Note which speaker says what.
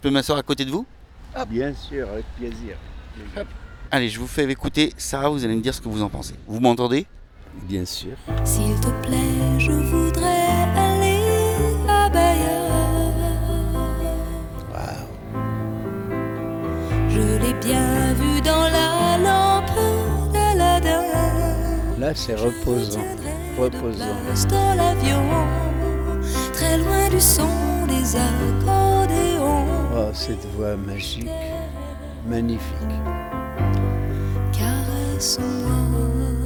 Speaker 1: peux m'asseoir à côté de vous
Speaker 2: Bien sûr, avec plaisir.
Speaker 1: Allez, je vous fais écouter Sarah, vous allez me dire ce que vous en pensez. Vous m'entendez
Speaker 2: Bien sûr.
Speaker 3: S'il te plaît, je voudrais aller à Bayonne. Je l'ai bien vu dans la lampe d'Aladin.
Speaker 2: Là, c'est
Speaker 3: Je
Speaker 2: reposant.
Speaker 3: retiendrai
Speaker 2: Reposant.
Speaker 3: de place dans l'avion, très loin du son des accordéons.
Speaker 2: Oh, cette voix magique, magnifique.
Speaker 3: Caresse-moi.